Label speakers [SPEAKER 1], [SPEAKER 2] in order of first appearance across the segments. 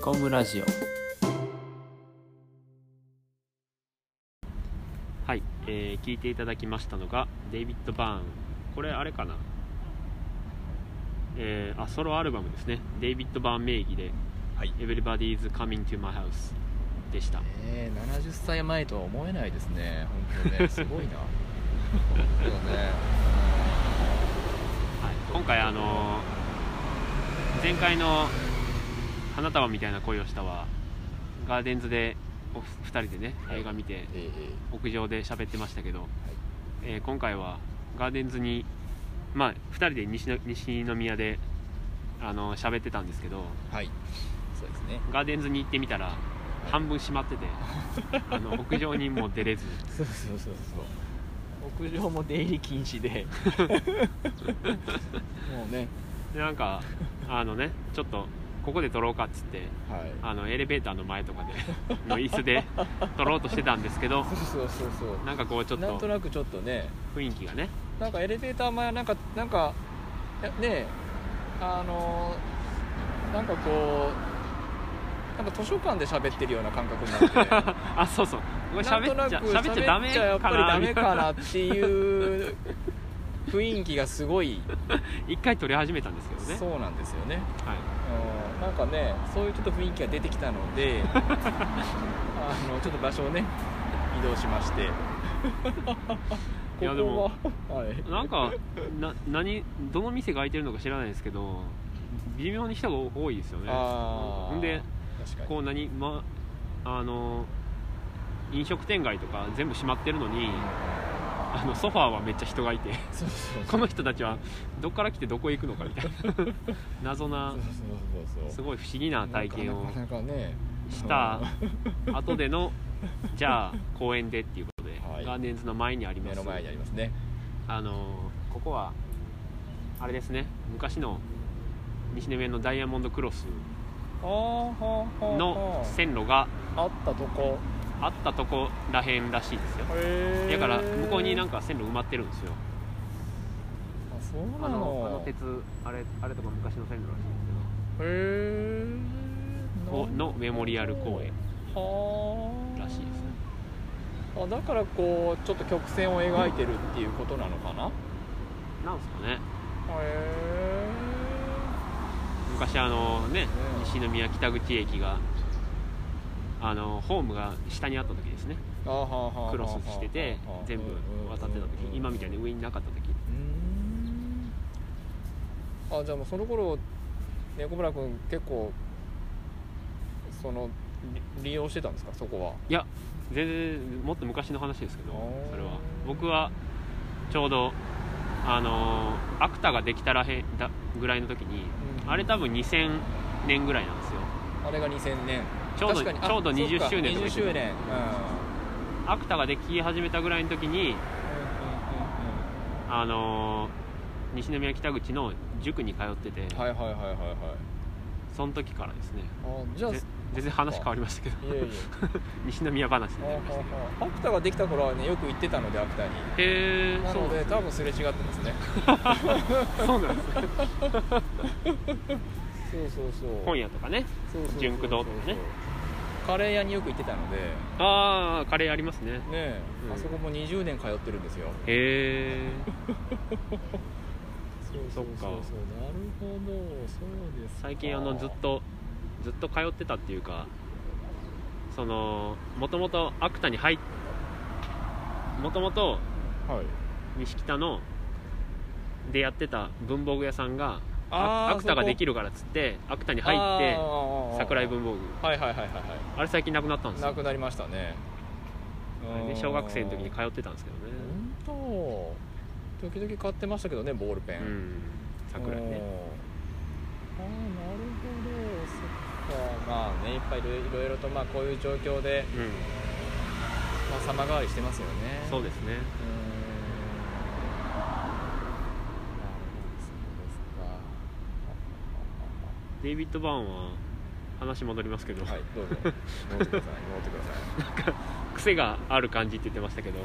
[SPEAKER 1] コムラジオ
[SPEAKER 2] はい、えー聞いていただきましたのがデイビッド・バーンこれあれかな、えーあソロアルバムですねデイビッド・バーン名義で
[SPEAKER 3] はい
[SPEAKER 2] 「Everybody's Coming to My House」でした
[SPEAKER 3] えー、70歳前とは思えないですね本 当ねすごいな本当だね
[SPEAKER 2] はい、今回あのー前回の「花束みたいな恋をしたは」ガーデンズでお二人でね
[SPEAKER 3] はい
[SPEAKER 2] 映画見て
[SPEAKER 3] えーえ
[SPEAKER 2] 屋上で喋ってましたけど、えー今回はガーデンズにまあ二人で西の西宮であのー喋ってたんですけど
[SPEAKER 3] ーはいそうですね
[SPEAKER 2] ガーデンズに行ってみたら半分閉まってて あの屋上にもう出れず
[SPEAKER 3] そうそうそうそ
[SPEAKER 1] 屋上も出入り禁止で
[SPEAKER 3] うもうね
[SPEAKER 2] でなんかあのねちょっとここで撮ろうかっつって
[SPEAKER 3] はい
[SPEAKER 2] あのエレベーターの前とかでの椅子で撮ろうとしてたんですけど
[SPEAKER 3] そうそうそうそう
[SPEAKER 2] なんかこうちょっ
[SPEAKER 3] なん
[SPEAKER 2] と
[SPEAKER 3] となくちょっとね
[SPEAKER 2] 雰囲気がね
[SPEAKER 3] なんかエレベーター前はなんかなんかいやねえあのーなんかこうなんか図書館で喋ってるような感覚になって
[SPEAKER 2] あそうそうこれ喋っちゃ
[SPEAKER 3] なんとなく
[SPEAKER 2] 喋っちゃダメ
[SPEAKER 3] 喋や
[SPEAKER 2] か
[SPEAKER 3] っぱり
[SPEAKER 2] な
[SPEAKER 3] ダ
[SPEAKER 2] みた
[SPEAKER 3] メ
[SPEAKER 2] いな
[SPEAKER 3] かなっていう雰囲気がすごい、
[SPEAKER 2] 一回撮り始めたんですけどね
[SPEAKER 3] そうなんですよね、
[SPEAKER 2] はい
[SPEAKER 3] うん、なんかねそういうちょっと雰囲気が出てきたの であのちょっと場所をね移動しまして
[SPEAKER 2] いやでも
[SPEAKER 3] ここは、はい、
[SPEAKER 2] なんかな何どの店が開いてるのか知らないですけど微妙に人が多いですよね
[SPEAKER 3] あー
[SPEAKER 2] んで
[SPEAKER 3] 確かに
[SPEAKER 2] こう何まあの飲食店街とか全部閉まってるのにあのソファーはめっちゃ人がいて
[SPEAKER 3] そうそうそう
[SPEAKER 2] この人たちはどっから来てどこへ行くのかみたいな 謎な
[SPEAKER 3] そうそうそう
[SPEAKER 2] す
[SPEAKER 3] そう
[SPEAKER 2] ごい不思議な体験を
[SPEAKER 3] なかなかね
[SPEAKER 2] した
[SPEAKER 3] うん
[SPEAKER 2] 後でのじゃあ公園でっていうことで、
[SPEAKER 3] はい
[SPEAKER 2] ガーデンズの前にありま
[SPEAKER 3] 目
[SPEAKER 2] す
[SPEAKER 3] の前にありま すね
[SPEAKER 2] あのここはあれですね昔の西宮のダイヤモンドクロスの
[SPEAKER 3] の
[SPEAKER 2] 線路が
[SPEAKER 3] あったとこ
[SPEAKER 2] あったとこらへんらしいですよ
[SPEAKER 3] へ
[SPEAKER 2] だから向こうになん
[SPEAKER 3] か
[SPEAKER 2] か線路埋まってるんですよ
[SPEAKER 3] あそう
[SPEAKER 2] あ
[SPEAKER 3] な
[SPEAKER 2] の
[SPEAKER 3] の
[SPEAKER 2] あの鉄あれあれとか昔の線路らしいんです
[SPEAKER 3] へえ
[SPEAKER 2] けどこのメモリアル公園
[SPEAKER 3] はあ
[SPEAKER 2] らしいですね
[SPEAKER 3] あだからこうちょっと曲線を描いてるっていうことなのかなへ
[SPEAKER 2] なんですかね
[SPEAKER 3] え
[SPEAKER 2] 昔あのね
[SPEAKER 3] え
[SPEAKER 2] 西宮北口駅があのホームが下にあった時ですね
[SPEAKER 3] あはあはあはあ
[SPEAKER 2] クロスしてて
[SPEAKER 3] はあはあ
[SPEAKER 2] 全部渡ってた
[SPEAKER 3] うんうんう
[SPEAKER 2] 時
[SPEAKER 3] ん
[SPEAKER 2] 今みたいに上になかった時
[SPEAKER 3] うーんあじゃあもうその頃猫村君結構そのり利用してたんですかそこはい
[SPEAKER 2] や全然もっと昔の話ですけど
[SPEAKER 3] あー
[SPEAKER 2] それは僕はちょうどあのーアクタができたらへんだぐらいの時に
[SPEAKER 3] うん
[SPEAKER 2] あれ多分2000年ぐらいなんですよ
[SPEAKER 3] あれが2000年
[SPEAKER 2] ちょうど
[SPEAKER 3] 確かに
[SPEAKER 2] ちょうど
[SPEAKER 3] あそか
[SPEAKER 2] 20周年とか
[SPEAKER 3] 20
[SPEAKER 2] 言ってた
[SPEAKER 3] 周年
[SPEAKER 2] アクタができ始めたぐらいの時に
[SPEAKER 3] う
[SPEAKER 2] あのー西宮北口の塾に通ってて、
[SPEAKER 3] んはいはいはいはいはい
[SPEAKER 2] その時からですね
[SPEAKER 3] あじゃあ
[SPEAKER 2] ぜ全然話変わりましたけど
[SPEAKER 3] いえい
[SPEAKER 2] 西宮話にな
[SPEAKER 3] え
[SPEAKER 2] りましたけど
[SPEAKER 3] あああアクタができた頃はねよく行ってたのでアクタに
[SPEAKER 2] へえ
[SPEAKER 3] な
[SPEAKER 2] そう
[SPEAKER 3] の
[SPEAKER 2] で
[SPEAKER 3] です多分すれ違ってますね
[SPEAKER 2] そうなんですね
[SPEAKER 3] そうそうそう
[SPEAKER 2] 本屋とかね
[SPEAKER 3] そうそうそうそう
[SPEAKER 2] 純駆動とかね
[SPEAKER 3] カレー屋によく行ってたので
[SPEAKER 2] ああカレーありますね
[SPEAKER 3] ねえ、
[SPEAKER 2] うん
[SPEAKER 3] あそこも20年通ってるんですよ
[SPEAKER 2] へえ
[SPEAKER 3] そう
[SPEAKER 2] そうそうそうそっか
[SPEAKER 3] なるほどそうです
[SPEAKER 2] 最近あのずっとずっと通ってたっていうかそのもともと芥田に入っもともと
[SPEAKER 3] はい
[SPEAKER 2] 西北のでやってた文房具屋さんが
[SPEAKER 3] あ
[SPEAKER 2] あ
[SPEAKER 3] ー
[SPEAKER 2] 芥田が
[SPEAKER 3] そこ
[SPEAKER 2] できるからっつって芥田に入って桜井文
[SPEAKER 3] 房
[SPEAKER 2] 房具
[SPEAKER 3] はいはいはいはいは
[SPEAKER 2] あれ最近なくなったんで
[SPEAKER 3] い
[SPEAKER 2] すよ
[SPEAKER 3] なくなりましたね
[SPEAKER 2] あれね小学生の時に通ってたんですけどね
[SPEAKER 3] 本当時々買ってましたけどねボールペン、
[SPEAKER 2] うん桜井
[SPEAKER 3] うんあーなる
[SPEAKER 2] ね
[SPEAKER 3] ほどそっかまあねいっぱいいろいろいろとまあこういう状況で、
[SPEAKER 2] うん
[SPEAKER 3] まあ、様変わりしてますよね
[SPEAKER 2] そうですね
[SPEAKER 3] うーんなるほどそうですか
[SPEAKER 2] デイビッド・バーンは話戻りますけど、
[SPEAKER 3] はいど うぞ戻ってください戻ってください
[SPEAKER 2] 癖がある感じって言ってましたけど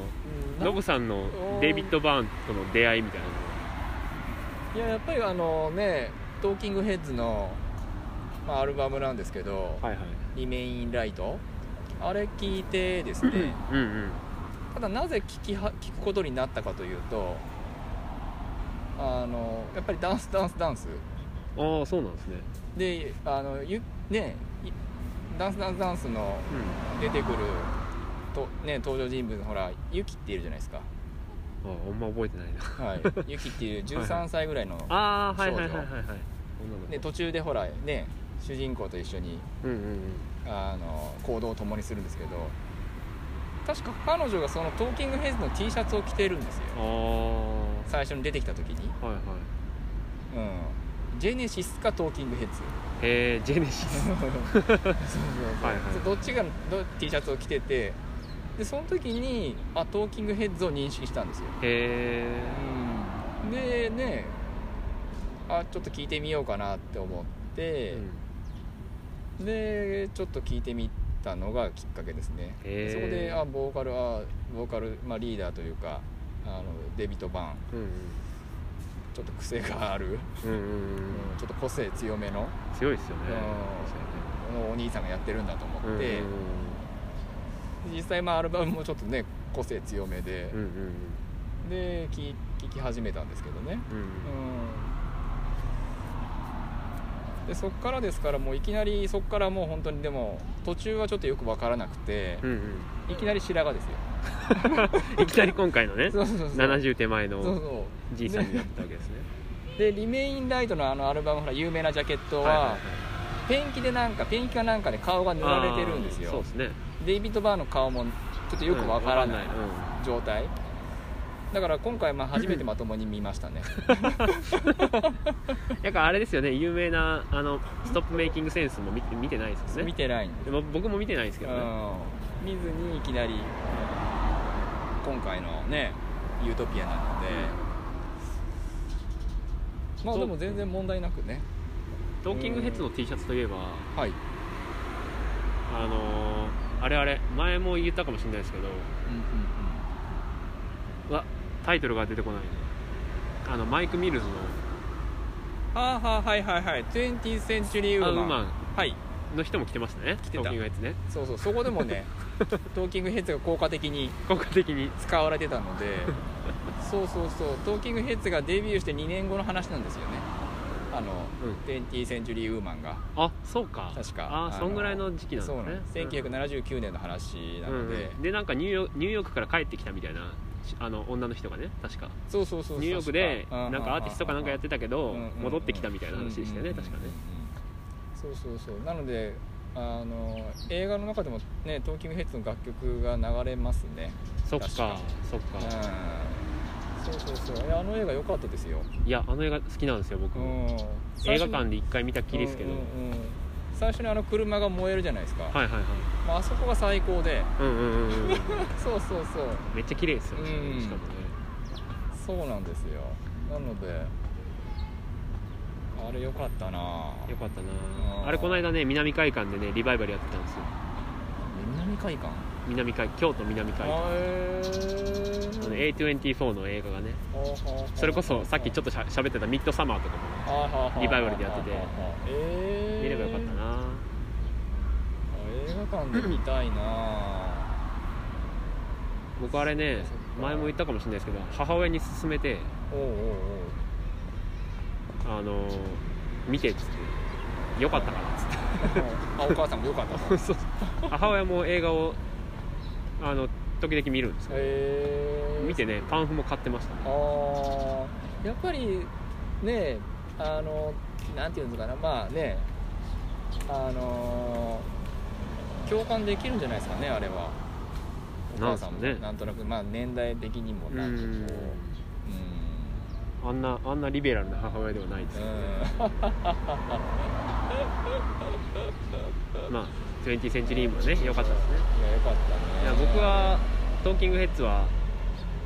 [SPEAKER 2] ノブさんのデイビッド・バーンとの出会いみたいない
[SPEAKER 3] ややっぱりあのねトーキングヘッズのまあ、アルバムなんですけど
[SPEAKER 2] はいはい
[SPEAKER 3] 「リメインライト」あれ聞いてですね
[SPEAKER 2] うんうん
[SPEAKER 3] ただなぜ聞きは聞くことになったかというとあのやっぱりダンスダンスダンス
[SPEAKER 2] ああそうなんですね
[SPEAKER 3] であのゆねいダンスダンスダンスの出てくると、ね、登場人物のほらユキっているじゃないですか、
[SPEAKER 2] うんああんま覚えてないな
[SPEAKER 3] はい、ユキっていう
[SPEAKER 2] はいは
[SPEAKER 3] 13歳ぐらいの
[SPEAKER 2] ああはいはいはい
[SPEAKER 3] 少女
[SPEAKER 2] はいはい女の子
[SPEAKER 3] で途中でほらね主人公と一緒に
[SPEAKER 2] うんうんうん
[SPEAKER 3] あの行動を共にするんですけど確か彼女がそのトーキングヘイズの T シャツを着てるんですよ
[SPEAKER 2] ああ
[SPEAKER 3] 最初に出てきた時に、
[SPEAKER 2] はいは
[SPEAKER 3] うん、ジェネシスかトーキングヘッズ
[SPEAKER 2] いへえジェネシス
[SPEAKER 3] そうそうそう
[SPEAKER 2] はいはい
[SPEAKER 3] そうどっちがど T シャツを着ててでその時にあトーキングヘッズを認識したんですよ
[SPEAKER 2] へえ
[SPEAKER 3] でねあちょっと聞いてみようかなって思って、でちょっと聞いてみたのがきっかけですね
[SPEAKER 2] へー
[SPEAKER 3] そこであボーカルあボーカル、まあ、リーダーというかあのデビット・バーン
[SPEAKER 2] うんうん
[SPEAKER 3] ちょっと癖がある、
[SPEAKER 2] うんうんうん
[SPEAKER 3] うんちょっと個性強めの
[SPEAKER 2] 強いですよね
[SPEAKER 3] うんお兄さんがやってるんだと
[SPEAKER 2] そう
[SPEAKER 3] 思っ
[SPEAKER 2] です
[SPEAKER 3] て、
[SPEAKER 2] よね
[SPEAKER 3] 実際まあアルバムもちょっとね個性強めで
[SPEAKER 2] うんう、んうん
[SPEAKER 3] で聴き始めたんですけどね
[SPEAKER 2] うんうん
[SPEAKER 3] うんでそっからですからもういきなりそっからもう本当にでも途中はちょっとよく分からなくて、
[SPEAKER 2] うんうん
[SPEAKER 3] いきなり白髪ですよ
[SPEAKER 2] いきなり今回のね
[SPEAKER 3] そうそうそう
[SPEAKER 2] 70手前
[SPEAKER 3] そう
[SPEAKER 2] の
[SPEAKER 3] そ
[SPEAKER 2] じいさんになったわけですね
[SPEAKER 3] うで「リメインライト」のあのアルバムほら有名なジャケットは,、
[SPEAKER 2] はいはいはい
[SPEAKER 3] ペンキでなんかペンキかなんかで顔が塗られてるんです
[SPEAKER 2] あーそう
[SPEAKER 3] よ
[SPEAKER 2] ですね
[SPEAKER 3] デイビッド・バーンの顔もちょっとよくわからない
[SPEAKER 2] うんわか
[SPEAKER 3] 状態、だから今回まあ初めてまともに見まし たね
[SPEAKER 2] んやっぱあれですよね有名なあのストップメイキングセンスも見て見てないですよ
[SPEAKER 3] 見
[SPEAKER 2] ね
[SPEAKER 3] てないんで
[SPEAKER 2] でも僕も見てないですけどね
[SPEAKER 3] うん、見ずにいきなり今回のねユートピアなので、まあでも全然問題なくね
[SPEAKER 2] トーキングヘッズの T シャツといえば
[SPEAKER 3] はい、
[SPEAKER 2] あのーあれあれ前も言ったかもしれないですけどうわタイトルが出てこないねあのマイク・ミルズの
[SPEAKER 3] はあはあはいはいはい 20th
[SPEAKER 2] 「
[SPEAKER 3] century ウ
[SPEAKER 2] ア
[SPEAKER 3] ー
[SPEAKER 2] ウ
[SPEAKER 3] マ
[SPEAKER 2] ー
[SPEAKER 3] ン
[SPEAKER 2] マン
[SPEAKER 3] はい」
[SPEAKER 2] の人も着てましたね
[SPEAKER 3] て
[SPEAKER 2] トーキ
[SPEAKER 3] た
[SPEAKER 2] ングヘッズね
[SPEAKER 3] そうそうそこで もねトーキングヘッズが効果的に
[SPEAKER 2] 効果的に
[SPEAKER 3] 使われてたのでそうそうそうトーキングヘッズがデビューして2年後の話なんですよねあの、
[SPEAKER 2] うん
[SPEAKER 3] 20th century ウーマンが
[SPEAKER 2] あそうか
[SPEAKER 3] 確か
[SPEAKER 2] ああそんぐらいの時期なん
[SPEAKER 3] そうなん
[SPEAKER 2] ですね
[SPEAKER 3] 1979年の話なので、
[SPEAKER 2] でなんかニューヨークニューヨークから帰ってきたみたいなしあの女の人がね確か
[SPEAKER 3] そうそうそう
[SPEAKER 2] ニューヨークで
[SPEAKER 3] 確う
[SPEAKER 2] なんかアーティストかなんかやってたけど戻ってきたみたいな話でしたよね
[SPEAKER 3] うんうんうん
[SPEAKER 2] 確かね
[SPEAKER 3] そうそうそうなのであの映画の中でもねトーキングヘッズの楽曲が流れますね
[SPEAKER 2] そっ
[SPEAKER 3] 確
[SPEAKER 2] か
[SPEAKER 3] か
[SPEAKER 2] そっ
[SPEAKER 3] うん
[SPEAKER 2] か
[SPEAKER 3] そうそうそういやあの映画良かったですよ、
[SPEAKER 2] いやあの映画好きなんですよ僕
[SPEAKER 3] うん、
[SPEAKER 2] 映画館で一回見たっきりですけど
[SPEAKER 3] うん
[SPEAKER 2] は
[SPEAKER 3] うんうん最初にあの車が燃えるじゃないですか、
[SPEAKER 2] いはいはい
[SPEAKER 3] まああそこが最高で
[SPEAKER 2] うんうんうん うん
[SPEAKER 3] そうそうそう
[SPEAKER 2] めっちゃ綺麗ですよね
[SPEAKER 3] うん
[SPEAKER 2] しかもね
[SPEAKER 3] そうなんですよなのであれ良かったな
[SPEAKER 2] よかった
[SPEAKER 3] う
[SPEAKER 2] なんあれこの間ね南海館でねリバイバルやってたんですよ
[SPEAKER 3] 南海岸
[SPEAKER 2] 南海京都南海館
[SPEAKER 3] へ
[SPEAKER 2] あの
[SPEAKER 3] ー
[SPEAKER 2] A24 の映画がねそれこそさっきちょっとしゃ喋ってたミッドサマーとかもリバイバルでやってて
[SPEAKER 3] えー
[SPEAKER 2] 見ればよかったな
[SPEAKER 3] 映画館で見たいな
[SPEAKER 2] 僕あれね
[SPEAKER 3] そっか
[SPEAKER 2] 前も言ったかもしれないですけど母親に勧めて
[SPEAKER 3] おうおう
[SPEAKER 2] あのー見てっつってよかったからっつって
[SPEAKER 3] おうあお母さんもよかったと
[SPEAKER 2] 母親も映画をあの時々見るんですけ
[SPEAKER 3] へ
[SPEAKER 2] ど
[SPEAKER 3] ー
[SPEAKER 2] 見てねパンフも買ってましたね
[SPEAKER 3] あーやっぱりねあのなんていうのかなまあねあの共感できるんじゃないですかねあれはお母さんも
[SPEAKER 2] なんすかね
[SPEAKER 3] なんとなくまあ年代的にも
[SPEAKER 2] う
[SPEAKER 3] なんかこううん
[SPEAKER 2] んあんなあんなリベラルな母親では ないですけどまあ20センチリームはね良かったですね
[SPEAKER 3] いやよかったね
[SPEAKER 2] いや僕はトーキングヘッズは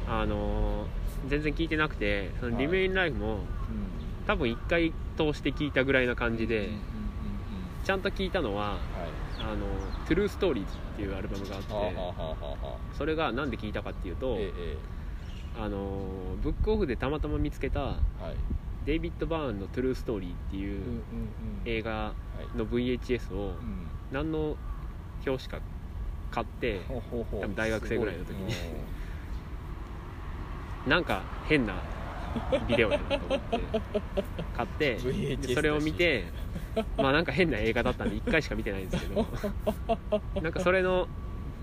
[SPEAKER 2] あのー全然聞いてなくてそのリメインライフも
[SPEAKER 3] うん
[SPEAKER 2] 多分1回通して聞いたぐらいな感じで
[SPEAKER 3] うんうんうん
[SPEAKER 2] ちゃんと聞いたのは
[SPEAKER 3] うんはい
[SPEAKER 2] 「あのトゥルーストーリーズっていうアルバムがあって
[SPEAKER 3] はあはあはあはあはあ
[SPEAKER 2] それがなんで聞いたかっていうと、
[SPEAKER 3] えええ
[SPEAKER 2] あのブックオフでたまたま見つけた
[SPEAKER 3] えはい
[SPEAKER 2] デイビッド・バーンの「トゥルーストーリー」って
[SPEAKER 3] うんうん
[SPEAKER 2] いう
[SPEAKER 3] うん
[SPEAKER 2] 映画
[SPEAKER 3] はい
[SPEAKER 2] の VHS を
[SPEAKER 3] うん
[SPEAKER 2] 何の表紙か買 って
[SPEAKER 3] ほうほうほう
[SPEAKER 2] 多分大学生ぐらいの時に
[SPEAKER 3] すごいうん
[SPEAKER 2] なんか変なビデオだなと思って買って
[SPEAKER 3] VHS だし
[SPEAKER 2] でそれを見てまあなんか変な映画だったんで1回しか見てないんですけ どなんかそれの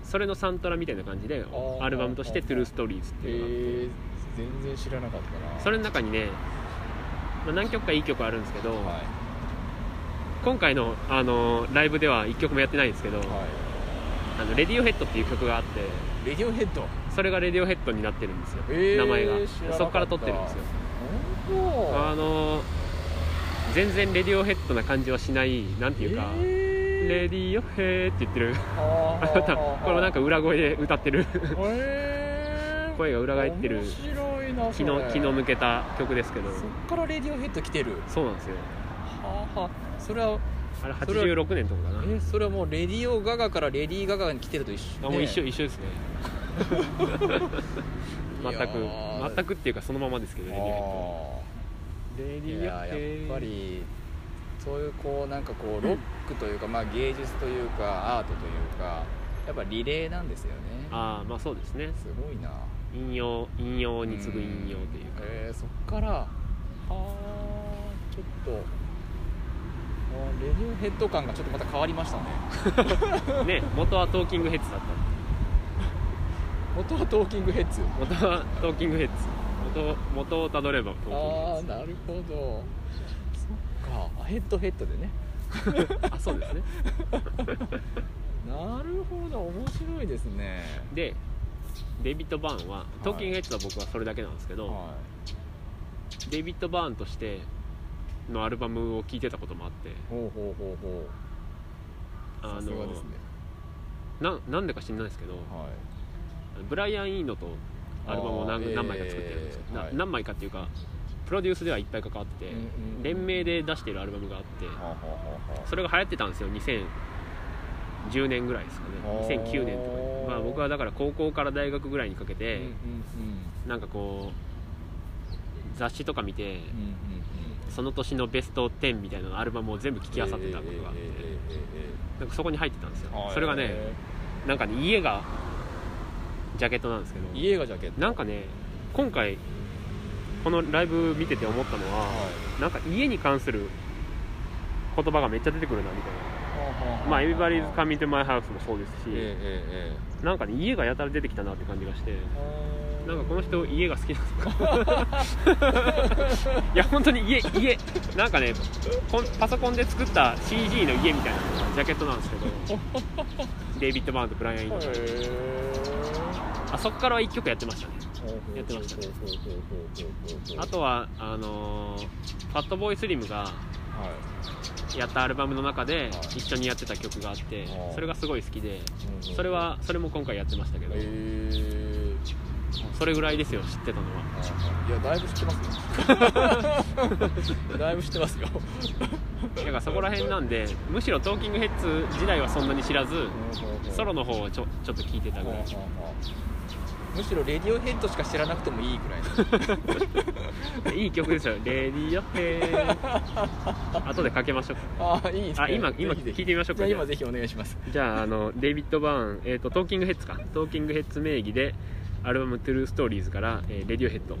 [SPEAKER 2] それのサントラみたいな感じで
[SPEAKER 3] ー
[SPEAKER 2] アルバムとして「トゥルーストーリーズ」っていうのがあって
[SPEAKER 3] えー、全然知らなかったな
[SPEAKER 2] それの中にね、まあ、何曲かいい曲あるんですけど、
[SPEAKER 3] は
[SPEAKER 2] 今回の、あのライブでは1曲もやってないんですけど「
[SPEAKER 3] いは
[SPEAKER 2] あのレディオヘッド」っていう曲があって
[SPEAKER 3] いレディオヘッド
[SPEAKER 2] それがレディオヘッドになってるんですよ、
[SPEAKER 3] えー
[SPEAKER 2] 名前が
[SPEAKER 3] 知らなかった
[SPEAKER 2] そこから撮ってるんですよあ
[SPEAKER 3] 本
[SPEAKER 2] の全然レディオヘッドな感じはしないなんて
[SPEAKER 3] 当
[SPEAKER 2] いうか「レ
[SPEAKER 3] えー、
[SPEAKER 2] ディオヘー」って言ってる
[SPEAKER 3] あ
[SPEAKER 2] あなたこれもなんか裏声で歌って る
[SPEAKER 3] えー、
[SPEAKER 2] 声が裏返ってる
[SPEAKER 3] 面白いな
[SPEAKER 2] 気
[SPEAKER 3] それ
[SPEAKER 2] の気の向けた曲ですけど
[SPEAKER 3] そっからレディオヘッド来てる
[SPEAKER 2] そうなんですよ
[SPEAKER 3] はあはあそれは
[SPEAKER 2] あれ
[SPEAKER 3] それは
[SPEAKER 2] 86年とかかな
[SPEAKER 3] えそれはもうレディオガガからレディー・ガガに来てると一緒
[SPEAKER 2] あもう一緒
[SPEAKER 3] ね
[SPEAKER 2] 一緒ですね
[SPEAKER 3] いや
[SPEAKER 2] 全く
[SPEAKER 3] ー
[SPEAKER 2] 全くっていうかそのままですけどレディオヘッド
[SPEAKER 3] ああ
[SPEAKER 2] レデ
[SPEAKER 3] い
[SPEAKER 2] ィ
[SPEAKER 3] や
[SPEAKER 2] オ
[SPEAKER 3] ーやっぱ
[SPEAKER 2] ヘッ
[SPEAKER 3] りそういうこうなんかこうロックというか、まあ、芸術というかアートというかやっぱリレーなんですよね
[SPEAKER 2] ドああまあそうですね
[SPEAKER 3] すごいな
[SPEAKER 2] 引用引用に次ぐ引用というか
[SPEAKER 3] えーそっからはあちょっとあーレディオヘッド感がちょっとまた変わりましたね
[SPEAKER 2] ね元はトーキングヘッズだった
[SPEAKER 3] 元はトーキングヘッズ
[SPEAKER 2] 元はトーキングヘッズ元元をたどればトーキング
[SPEAKER 3] ああ
[SPEAKER 2] ヘッ
[SPEAKER 3] なるほどそっかヘッドヘッドでね
[SPEAKER 2] ズあそうですね
[SPEAKER 3] なるほど面白いですね
[SPEAKER 2] でデイビッド・バーンはトーキングヘッズは僕はそれだけなんですけど、
[SPEAKER 3] は
[SPEAKER 2] デイビッド・バーンとしてのアルバムを聴いてたこともあって
[SPEAKER 3] いほうほうほうほう
[SPEAKER 2] あ
[SPEAKER 3] さすが
[SPEAKER 2] の
[SPEAKER 3] ですね
[SPEAKER 2] ななんでか知らないですけど、
[SPEAKER 3] はい
[SPEAKER 2] ブライアン・イーノとアルバムを
[SPEAKER 3] あ
[SPEAKER 2] 何,、
[SPEAKER 3] ー
[SPEAKER 2] 何枚か作ってるんですよ、
[SPEAKER 3] えー
[SPEAKER 2] な
[SPEAKER 3] はい
[SPEAKER 2] 何枚かっていうかプロデュースではいっぱい関わってて、
[SPEAKER 3] うんうんうん
[SPEAKER 2] 連名で出してるアルバムがあって
[SPEAKER 3] はあはあはあ
[SPEAKER 2] それが流行ってたんですよ2010年ぐらいですかね
[SPEAKER 3] あー
[SPEAKER 2] 2009年とかに、まあ、僕はだから高校から大学ぐらいにかけて、なんかこう雑誌とか見てその年のベスト10みたいなアルバムを全部聴き漁ってたことがあって、なんかそこに入ってたんですよ、それがね、なんかね家がジャケットなんですけど
[SPEAKER 3] 家がジャケット
[SPEAKER 2] なんかね今回このライブ見てて思ったのは、なんか家に関する言葉がめっちゃ出てくるなみたいな、まあ「Everybody's Coming to My House」もそうですし、
[SPEAKER 3] え
[SPEAKER 2] なんかね家がやたら出てきたなって感じがしてなんかこの人家が好きなのか いや本当に家家なんかねこんパソコンで作った CG の家みたいなジャケットなんですけどデイビッド・バーンとブライアン・イーノンあそこからは1曲やってましたねあとはあのーファットボーイスリムがやったアルバムの中で一緒にやってた曲があって
[SPEAKER 3] あー
[SPEAKER 2] それがすごい好きでそれはそれも今回やってましたけどそれぐらいですよ知ってたのはい
[SPEAKER 3] やだいぶ知ってます よだいぶ知ってますよ
[SPEAKER 2] だからそこら辺なんでむしろトーキングヘッズ時代はそんなに知らずソロの方をちょちょっと聞いてたぐらい
[SPEAKER 3] むしろレディオヘッドしか知らなくてもいいぐらい
[SPEAKER 2] いい曲ですよ「レディオヘー」後でかけましょう
[SPEAKER 3] ああいいですね
[SPEAKER 2] あ今今
[SPEAKER 3] ぜひぜ
[SPEAKER 2] 聞い
[SPEAKER 3] ひ
[SPEAKER 2] てみましょう
[SPEAKER 3] じ
[SPEAKER 2] か
[SPEAKER 3] ゃあ
[SPEAKER 2] じゃあ
[SPEAKER 3] 今ぜひお願いします
[SPEAKER 2] じゃああのデイビッド・バーン、えーとトーキングヘッズかトーキングヘッズ名義でアルバム「トゥルーストーリーズから「えーレディオヘッド」